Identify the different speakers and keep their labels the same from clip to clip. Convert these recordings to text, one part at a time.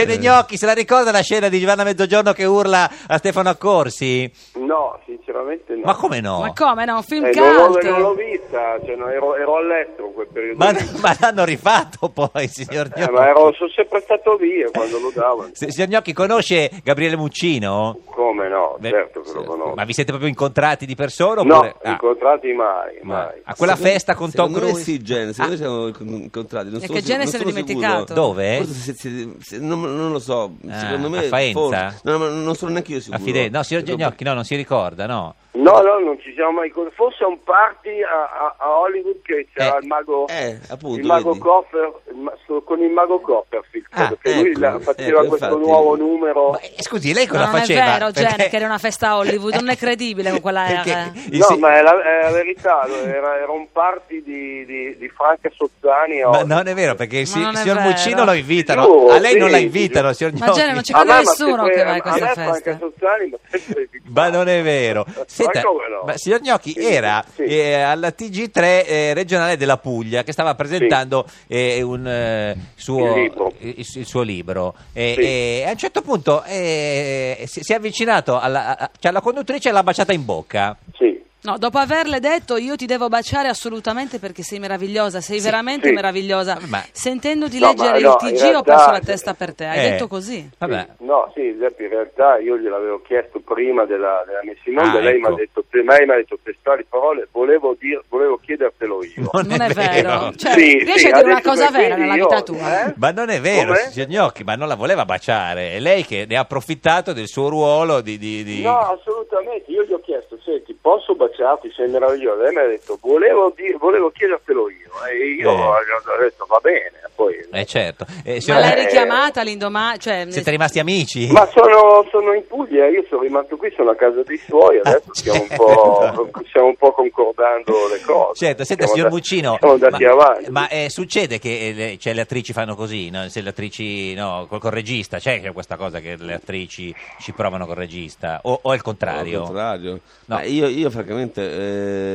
Speaker 1: Eh.
Speaker 2: Gene Gnocchi, se la ricorda la scena di Giovanna Mezzogiorno che urla a Stefano Accorsi?
Speaker 1: No, sinceramente no.
Speaker 2: Ma come no?
Speaker 3: Ma come no? Un film
Speaker 1: Eh, non, l'ho,
Speaker 3: cult.
Speaker 1: non l'ho vista, cioè, no, ero, ero all'estero in quel periodo.
Speaker 2: Ma,
Speaker 1: lì.
Speaker 2: ma l'hanno rifatto poi, signor
Speaker 1: Eh, ma
Speaker 2: Gnocchi.
Speaker 1: ero, sono sempre stato via quando lo davano.
Speaker 2: Se- Signor Gnocchi, conosce Gabriele Muccino?
Speaker 1: Come no?
Speaker 2: Beh,
Speaker 1: certo che
Speaker 2: sì,
Speaker 1: lo conosco.
Speaker 2: Ma vi siete proprio incontrati di persona? Oppure...
Speaker 1: no,
Speaker 2: Ah,
Speaker 1: incontrati mai,
Speaker 2: ma- ah,
Speaker 1: mai.
Speaker 2: A quella festa con Tom
Speaker 4: Secondo me
Speaker 2: Cruise? Ah.
Speaker 4: sì, Gene, secondo me siamo con- incontrati. Non
Speaker 3: E
Speaker 4: sono
Speaker 3: che
Speaker 4: sic-
Speaker 3: Gene
Speaker 4: non
Speaker 3: se l'è
Speaker 4: sono
Speaker 3: dimenticato.
Speaker 4: sicuro.
Speaker 2: Dove?
Speaker 4: Forse se- se- se- non, non lo so,
Speaker 2: Ah,
Speaker 4: secondo
Speaker 2: a
Speaker 4: me
Speaker 2: Faenza?
Speaker 4: forse. No, ma non sono neanche io sicuro.
Speaker 2: A Fide- No, signor
Speaker 4: Perché-
Speaker 2: Gnocchi, no, non si ricorda, no.
Speaker 1: No, no, non ci siamo mai con... Forse a un party a, a- a Hollywood che c'era
Speaker 2: Eh,
Speaker 1: il mago...
Speaker 4: eh, appunto,
Speaker 1: il mago
Speaker 4: vedi.
Speaker 1: Coffer, il ma- so- con il mago Copperfield,
Speaker 2: Ah, eh,
Speaker 1: credo, che lui
Speaker 4: ecco,
Speaker 1: la- faceva
Speaker 4: ecco,
Speaker 1: questo
Speaker 4: infatti.
Speaker 1: nuovo numero.
Speaker 2: Ma, eh, scusi, lei cosa
Speaker 3: No, non è
Speaker 2: faceva?
Speaker 3: vero, Gene, che era una festa a Hollywood, non è credibile con quella era,
Speaker 2: Perché-
Speaker 3: eh.
Speaker 2: il
Speaker 1: No,
Speaker 2: si-
Speaker 1: ma è la, è la verità, lo- era, era un party di, di, di Franca Sozzani. a
Speaker 2: Ma
Speaker 1: Hollywood.
Speaker 2: non è vero, perché il
Speaker 3: Ma
Speaker 2: si-
Speaker 3: non è
Speaker 2: signor
Speaker 3: vero.
Speaker 2: Muccino lo invitano,
Speaker 1: Giuro,
Speaker 2: a lei non
Speaker 1: sì,
Speaker 2: la invitano, signor
Speaker 3: Ma
Speaker 2: Gnocchi.
Speaker 3: Gene, non ci
Speaker 1: A me,
Speaker 3: crede
Speaker 1: Ah, ma
Speaker 3: Cioè, nessuno
Speaker 1: sempre-
Speaker 3: che va a questa
Speaker 1: me Franca
Speaker 3: festa.
Speaker 1: Sozzani mi ha sempre invitato.
Speaker 2: Ma non è vero. Senta,
Speaker 1: Ma come no?
Speaker 2: ma signor Gnocchi
Speaker 1: Sì,
Speaker 2: era
Speaker 1: sì.
Speaker 2: eh, alla TG3 eh, regionale della Puglia che stava presentando eh, un, eh, suo,
Speaker 1: Il libro.
Speaker 2: eh, il- il suo libro e,
Speaker 1: Sì.
Speaker 2: e a un certo punto eh, si, si è avvicinato alla, a- cioè alla conduttrice e l'ha baciata in bocca.
Speaker 1: Sì.
Speaker 3: No, dopo averle detto io ti devo baciare assolutamente perché sei meravigliosa, sei veramente
Speaker 1: sì.
Speaker 3: meravigliosa.
Speaker 2: Vabbè, ma-
Speaker 3: Sentendoti
Speaker 1: No,
Speaker 3: leggere
Speaker 1: ma
Speaker 3: il
Speaker 1: no, in
Speaker 3: TG ho
Speaker 1: realtà-
Speaker 3: perso la testa per te, hai
Speaker 2: Eh.
Speaker 3: detto così.
Speaker 2: Vabbè.
Speaker 1: Sì. No, sì, esempio, in realtà io gliel'avevo chiesto prima della, della messa in onda,
Speaker 2: Ah,
Speaker 1: lei
Speaker 2: ecco.
Speaker 1: mi ha detto, prima lei mi ha detto testuali parole, volevo, dir, volevo chiedertelo io.
Speaker 2: Non,
Speaker 3: Non è vero. Cioè,
Speaker 1: Sì,
Speaker 3: riesci
Speaker 1: sì,
Speaker 3: a dire una
Speaker 1: adesso
Speaker 3: cosa
Speaker 1: per
Speaker 3: vera
Speaker 1: quindi
Speaker 3: nella
Speaker 1: io-
Speaker 3: vita tua?
Speaker 1: eh?
Speaker 2: Ma non è vero,
Speaker 1: Come?
Speaker 2: signor Gnocchi, ma non la voleva baciare. È lei che ne ha approfittato del suo ruolo di... di- di-
Speaker 1: No, assolutamente, io gli ho chiesto, senti, posso baciarti, sei meraviglioso, lei mi ha detto, volevo, dir- volevo chiedertelo io, e io
Speaker 2: Eh.
Speaker 1: ho detto, va bene, poi...
Speaker 2: Eh certo. Eh,
Speaker 3: Ma
Speaker 2: signor-
Speaker 3: l'hai
Speaker 1: Eh,
Speaker 3: richiamata l'indomani? Cioè,
Speaker 2: Siete rimasti amici?
Speaker 1: Ma sono, sono in Puglia, io sono rimasto qui, sono a casa dei suoi, adesso
Speaker 2: Ah,
Speaker 1: stiamo, un
Speaker 2: certo.
Speaker 1: po', stiamo un po' concordando le cose.
Speaker 2: Certo, senta
Speaker 1: Siamo
Speaker 2: signor
Speaker 1: andati-
Speaker 2: Muccino,
Speaker 1: Siamo andati
Speaker 2: ma,
Speaker 1: avanti.
Speaker 2: ma, eh, succede che eh, le, cioè, le attrici fanno così, no? se le attrici no, col, col regista, c'è che questa cosa che le attrici ci provano col regista o, o è il contrario?
Speaker 4: Al contrario.
Speaker 2: No.
Speaker 4: Ma io, io francamente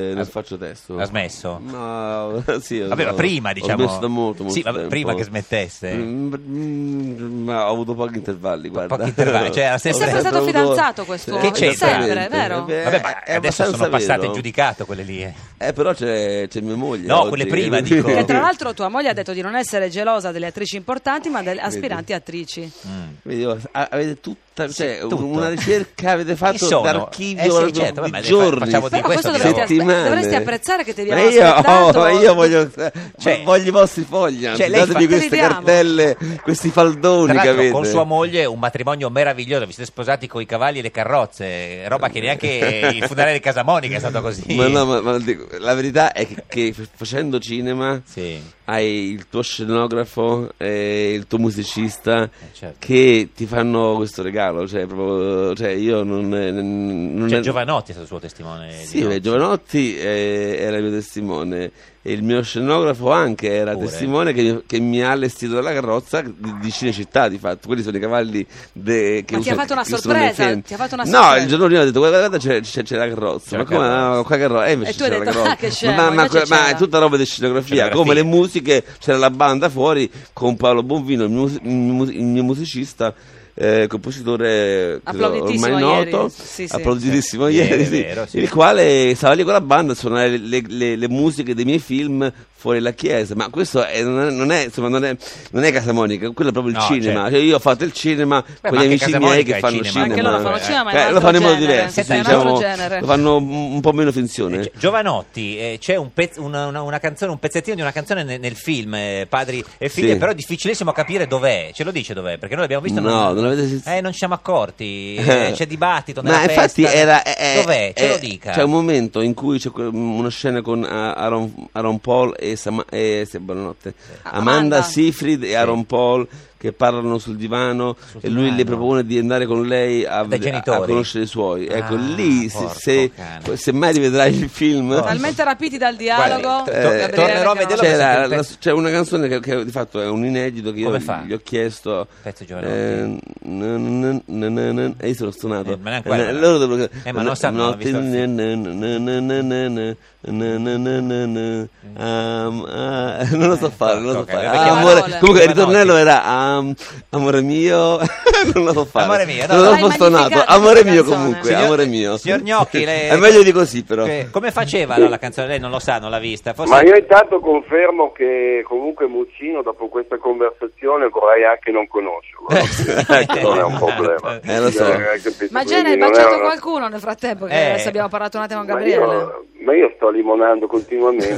Speaker 4: eh, non faccio testo.
Speaker 2: Ha smesso?
Speaker 4: No, sì,
Speaker 2: Vabbè, ma
Speaker 4: no,
Speaker 2: prima diciamo...
Speaker 4: Ho smesso da molto, molto
Speaker 2: sì, ma
Speaker 4: tempo.
Speaker 2: prima che smettesse.
Speaker 4: Mm, mm, Ma ho avuto pochi intervalli, guarda.
Speaker 2: pochi intervalli, cioè, era sempre-
Speaker 3: È sempre stato
Speaker 4: avuto-
Speaker 3: fidanzato questo
Speaker 4: Sì,
Speaker 2: Che c'entra?
Speaker 4: esattamente.
Speaker 3: Sempre, vero?
Speaker 4: Eh,
Speaker 2: Vabbè, ma
Speaker 4: è
Speaker 2: adesso sono
Speaker 4: abbastanza
Speaker 2: passate in
Speaker 4: vero.
Speaker 2: giudicato quelle lì. eh.
Speaker 4: Eh, però c'è, c'è mia moglie.
Speaker 2: No,
Speaker 4: oggi,
Speaker 2: quelle prima,
Speaker 4: quindi-
Speaker 2: dico.
Speaker 3: Che Cioè, tra l'altro tua moglie ha detto di non essere gelosa delle attrici importanti, ma delle aspiranti attrici.
Speaker 2: Mm.
Speaker 4: Vedi, oh, a- avete tutta cioè,
Speaker 2: Sì, tutto.
Speaker 4: una ricerca avete
Speaker 2: Chi
Speaker 4: fatto
Speaker 2: sono?
Speaker 4: d'archivio
Speaker 2: Eh sì,
Speaker 4: proprio
Speaker 2: certo,
Speaker 4: di
Speaker 2: vabbè,
Speaker 4: giorni
Speaker 2: facciamo di
Speaker 3: Però questo
Speaker 2: questo
Speaker 3: dovresti,
Speaker 2: abbiamo-
Speaker 3: aspe- dovresti apprezzare che ti
Speaker 4: Ma
Speaker 3: abbiamo
Speaker 4: io,
Speaker 3: aspettato.
Speaker 4: oh, io voglio,
Speaker 2: Cioè-
Speaker 4: voglio i vostri fogli,
Speaker 2: Cioè, lei
Speaker 4: datemi
Speaker 2: fa-
Speaker 4: queste
Speaker 3: Te li diamo.
Speaker 4: cartelle, questi faldoni
Speaker 2: Tra
Speaker 4: che
Speaker 2: l'altro
Speaker 4: avete.
Speaker 2: con sua moglie un matrimonio meraviglioso, vi siete sposati con i cavalli e le carrozze, roba che neanche il funerale di Casa Monica è stato così.
Speaker 4: Ma no, ma- ma dico, la verità è che, che f- facendo cinema
Speaker 2: Sì.
Speaker 4: hai il tuo scenografo e il tuo musicista
Speaker 2: certo.
Speaker 4: che ti fanno questo regalo. Cioè, proprio, cioè io non, non
Speaker 2: Cioè,
Speaker 4: è-
Speaker 2: Giovanotti è stato il suo testimone. di
Speaker 4: Sì,
Speaker 2: no?
Speaker 4: beh, Giovanotti eh, era il mio testimone e il mio scenografo anche era
Speaker 2: Pure.
Speaker 4: testimone che, che mi ha allestito la carrozza di, di Cinecittà di fatto, quelli sono i cavalli de- che
Speaker 3: Ma ti ha
Speaker 4: usano-
Speaker 3: fatto una
Speaker 4: che usano nei
Speaker 3: sorpresa,
Speaker 4: film.
Speaker 3: ti ha fatto una
Speaker 4: no,
Speaker 3: sorpresa.
Speaker 4: il giorno prima ho detto guarda, guarda c'è, c'è- c'è la carrozza,
Speaker 2: C'è
Speaker 4: ma
Speaker 2: la
Speaker 4: come
Speaker 2: carrozza.
Speaker 4: no, qua carrozza? Eh, invece
Speaker 3: E tu hai
Speaker 4: c'era
Speaker 3: detto,
Speaker 4: la carrozza.
Speaker 3: ah, che scemo,
Speaker 4: ma, ma-
Speaker 3: invece
Speaker 4: ma
Speaker 3: c'era.
Speaker 4: è tutta roba di scenografia,
Speaker 2: Scenografia.
Speaker 4: come le musiche, c'era la banda fuori con Paolo Bonvino, il mio, mus- il mio mus- il mio musicista. eh, compositore credo, ormai
Speaker 3: Applauditissimo ieri.
Speaker 4: noto,
Speaker 3: Sì, sì.
Speaker 4: applauditissimo
Speaker 2: Sì,
Speaker 4: ieri,
Speaker 2: è
Speaker 4: sì.
Speaker 2: vero, sì.
Speaker 4: il quale stava lì con la banda a suonare le, le- le musiche dei miei film fuori la chiesa, ma questo è- non, è, non è- insomma, non è- non è Casa Monica, quello è proprio il
Speaker 2: No,
Speaker 4: cinema.
Speaker 2: certo.
Speaker 4: Cioè, io ho fatto il cinema
Speaker 2: Beh,
Speaker 4: con
Speaker 2: ma
Speaker 4: gli
Speaker 2: anche
Speaker 4: amici
Speaker 2: Casa
Speaker 4: miei
Speaker 2: Monica
Speaker 4: che
Speaker 2: è
Speaker 4: fanno
Speaker 2: cinema.
Speaker 4: cinema.
Speaker 3: Anche loro fanno
Speaker 2: Eh,
Speaker 3: cinema, ma è
Speaker 4: Beh,
Speaker 3: un
Speaker 4: lo
Speaker 3: altro
Speaker 4: fanno in modo
Speaker 3: genere.
Speaker 4: diverso,
Speaker 3: Sì,
Speaker 4: sì,
Speaker 3: è un altro
Speaker 4: diciamo,
Speaker 3: genere.
Speaker 4: lo fanno un un po' meno finzione.
Speaker 2: Gi- Giovanotti, eh, c'è un, pezz- una, una- una canzone, un pezzettino di una canzone ne- nel, film, eh, Padri e Figli,
Speaker 4: Sì.
Speaker 2: però è difficilissimo capire dov'è. Ce lo dice dov'è? Perché noi l'abbiamo visto.
Speaker 4: No, non l'avete sentito.
Speaker 2: Eh, non ci siamo accorti. eh, c'è dibattito. Nella
Speaker 4: Ma infatti
Speaker 2: festa.
Speaker 4: era. è- è-
Speaker 2: dov'è? Ce
Speaker 4: è-
Speaker 2: lo dica.
Speaker 4: C'è un momento in cui c'è que- una scena con ah, Aaron, Aaron Paul e, Sam- e sì, buonanotte. Amanda,
Speaker 3: Amanda.
Speaker 4: Seyfried e Aaron Paul che parlano sul divano
Speaker 2: Sul
Speaker 4: e lui le
Speaker 2: divano.
Speaker 4: propone di andare con lei a,
Speaker 2: Dai
Speaker 4: ved-
Speaker 2: genitori.
Speaker 4: a conoscere i suoi. Ecco,
Speaker 2: Ah,
Speaker 4: lì se,
Speaker 2: porco
Speaker 4: se,
Speaker 2: cane.
Speaker 4: se mai rivedrai il film.
Speaker 2: Porco.
Speaker 3: Talmente rapiti dal dialogo.
Speaker 2: Guardi,
Speaker 4: Eh,
Speaker 2: to-
Speaker 3: Gabriele,
Speaker 2: tornerò a
Speaker 3: che non-
Speaker 2: vederlo
Speaker 4: C'è,
Speaker 2: perché
Speaker 4: la-
Speaker 2: il pezzo-
Speaker 4: la- c'è una canzone che, che di fatto è un inedito che io
Speaker 2: Come fa?
Speaker 4: gli ho chiesto.
Speaker 2: Pezzo Giovanotti.
Speaker 4: eh, n- n- n- n- n- e io sono stonato.
Speaker 2: Eh, ma neanche quella.
Speaker 4: loro devono-
Speaker 2: Eh, ma non sanno, hanno visto il
Speaker 4: Notti-
Speaker 2: film.
Speaker 4: n- n- n- n- n- n- am- ah, Non lo so fare, non lo so
Speaker 2: tocca,
Speaker 4: fare.
Speaker 2: perché-
Speaker 4: Ah, amore.
Speaker 3: Parole.
Speaker 4: Comunque
Speaker 2: Giovanotti.
Speaker 4: il ritornello era um, amore mio, non lo so fare.
Speaker 2: Amore mio, no,
Speaker 4: non
Speaker 2: no.
Speaker 4: l'ho
Speaker 3: Hai
Speaker 4: bastonato.
Speaker 3: magnificato
Speaker 4: Amore
Speaker 3: questa
Speaker 4: mio,
Speaker 3: canzone.
Speaker 4: comunque,
Speaker 2: Signor-
Speaker 4: amore mio.
Speaker 2: signor Gnocchi, lei- ecco
Speaker 4: è meglio di così, però.
Speaker 2: Che- Cioè, come faceva no, la canzone? Lei non lo sa, non l'ha vista. Forse...
Speaker 1: Ma io intanto confermo che comunque Muccino dopo questa conversazione vorrei anche non conoscerlo.
Speaker 2: Eh.
Speaker 1: non è un problema.
Speaker 4: Eh, lo so.
Speaker 1: hai capito?
Speaker 3: Ma Gene,
Speaker 1: Quindi
Speaker 3: hai
Speaker 1: non è
Speaker 3: baciato
Speaker 1: una-
Speaker 3: qualcuno nel frattempo? Che
Speaker 2: Eh.
Speaker 3: adesso abbiamo parlato un attimo con
Speaker 1: Ma
Speaker 3: Gabriele.
Speaker 1: io, ma io sto limonando continuamente,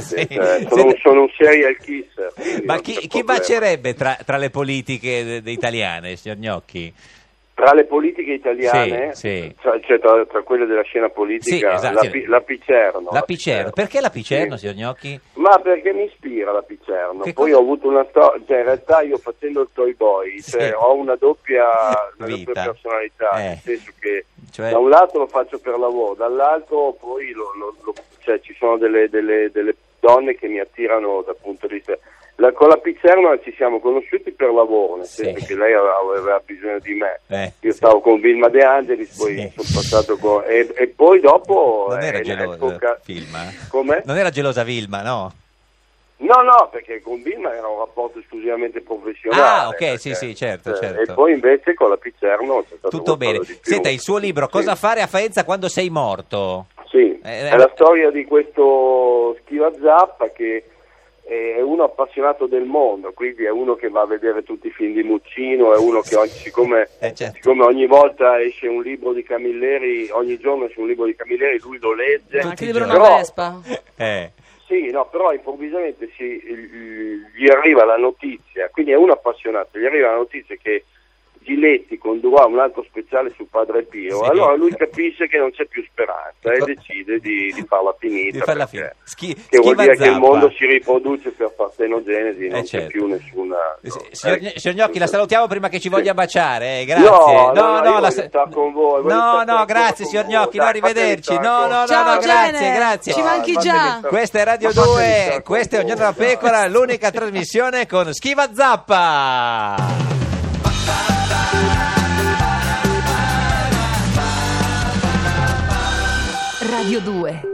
Speaker 2: Sì.
Speaker 1: cioè, sono, un, sono un serial kisser. quindi
Speaker 2: Ma
Speaker 1: non
Speaker 2: chi,
Speaker 1: c'è
Speaker 2: chi
Speaker 1: problema.
Speaker 2: bacerebbe tra, tra le politiche de- de- italiane, signor Gnocchi?
Speaker 1: Tra le politiche italiane,
Speaker 2: Sì, sì.
Speaker 1: Cioè, cioè, tra, tra quelle della scena politica,
Speaker 2: Sì, esatto,
Speaker 1: la,
Speaker 2: sì.
Speaker 1: Pi- la Picerno.
Speaker 2: La Picerno. Perché la Picerno,
Speaker 1: Sì.
Speaker 2: signor Gnocchi?
Speaker 1: Ma perché mi ispira la Picerno?
Speaker 2: Che
Speaker 1: Poi
Speaker 2: cosa-
Speaker 1: ho avuto una storia, cioè in realtà io facendo il toy boy,
Speaker 2: Sì.
Speaker 1: cioè, ho una doppia, una
Speaker 2: Vita.
Speaker 1: doppia personalità,
Speaker 2: Eh.
Speaker 1: nel senso che
Speaker 2: Cioè-
Speaker 1: da un lato lo faccio per lavoro, dall'altro poi lo- lo- lo- cioè, ci sono delle, delle- delle donne che mi attirano dal punto di vista... La, con la Picerno ci siamo conosciuti per lavoro, nel
Speaker 2: Sì.
Speaker 1: senso che lei aveva, aveva bisogno di me.
Speaker 2: Eh,
Speaker 1: Io
Speaker 2: sì.
Speaker 1: stavo con Vilma De Angelis, poi
Speaker 2: Sì.
Speaker 1: sono passato con... E, e poi dopo...
Speaker 2: Non era
Speaker 1: eh,
Speaker 2: gelosa
Speaker 1: tocca-
Speaker 2: Vilma?
Speaker 1: Come?
Speaker 2: Non era gelosa Vilma, no?
Speaker 1: No, no, perché con Vilma era un rapporto esclusivamente professionale.
Speaker 2: Ah, ok,
Speaker 1: perché-
Speaker 2: sì, sì, certo,
Speaker 1: eh,
Speaker 2: certo.
Speaker 1: E poi invece con la Picerno c'è stato
Speaker 2: Tutto bene.
Speaker 1: qualcosa di più.
Speaker 2: Senta, il suo libro,
Speaker 1: Sì,
Speaker 2: Cosa fare a Faenza quando sei morto?
Speaker 1: Sì,
Speaker 2: Eh,
Speaker 1: è la storia di questo Schivazzappa che è uno appassionato del mondo, quindi è uno che va a vedere tutti i film di Muccino, è uno che oggi, siccome,
Speaker 2: Eh, certo.
Speaker 1: siccome ogni volta esce un libro di Camilleri, ogni giorno esce un libro di Camilleri, lui lo legge.
Speaker 2: Tutti
Speaker 3: Ma anche
Speaker 2: i
Speaker 3: di Bruno
Speaker 1: Però-
Speaker 3: Vespa?
Speaker 2: Eh,
Speaker 1: Sì, no, però improvvisamente si- gli arriva la notizia, quindi è un appassionato, gli arriva la notizia che Giletti condurrà un altro speciale su Padre Pio,
Speaker 2: Sì.
Speaker 1: allora lui capisce che non c'è più speranza e decide di, di farla
Speaker 2: Di
Speaker 1: finita,
Speaker 2: farla
Speaker 1: perché-
Speaker 2: finita. Schi-
Speaker 1: che vuol
Speaker 2: schiva
Speaker 1: dire che il
Speaker 2: zappa.
Speaker 1: mondo si riproduce per partenogenesi, non
Speaker 2: eh,
Speaker 1: c'è
Speaker 2: certo.
Speaker 1: più nessuna... no,
Speaker 2: Eh, Signor,
Speaker 1: eh,
Speaker 2: signor Gnocchi, la salutiamo prima che ci
Speaker 1: sì.
Speaker 2: voglia baciare, eh, grazie.
Speaker 1: No, no, no, io voglio
Speaker 2: sa-
Speaker 1: stare con voi, voglio
Speaker 2: No,
Speaker 1: stare
Speaker 2: no,
Speaker 1: con-
Speaker 2: grazie
Speaker 1: con
Speaker 2: signor
Speaker 1: voi.
Speaker 2: Gnocchi, no,
Speaker 1: Dai,
Speaker 2: arrivederci.
Speaker 1: fatemi
Speaker 2: No,
Speaker 1: stare
Speaker 2: no, no,
Speaker 1: con-
Speaker 3: Ciao,
Speaker 2: no, grazie,
Speaker 3: Gene.
Speaker 2: grazie.
Speaker 3: Ci manchi
Speaker 1: Fatemi
Speaker 3: già.
Speaker 1: stare-
Speaker 2: Questa è Radio
Speaker 1: fatemi stare
Speaker 2: 2,
Speaker 1: con
Speaker 2: questa è
Speaker 1: voi,
Speaker 2: Ognuno la
Speaker 1: dai.
Speaker 2: Pecora, l'unica trasmissione con Schiva Zappa.
Speaker 5: Radio 2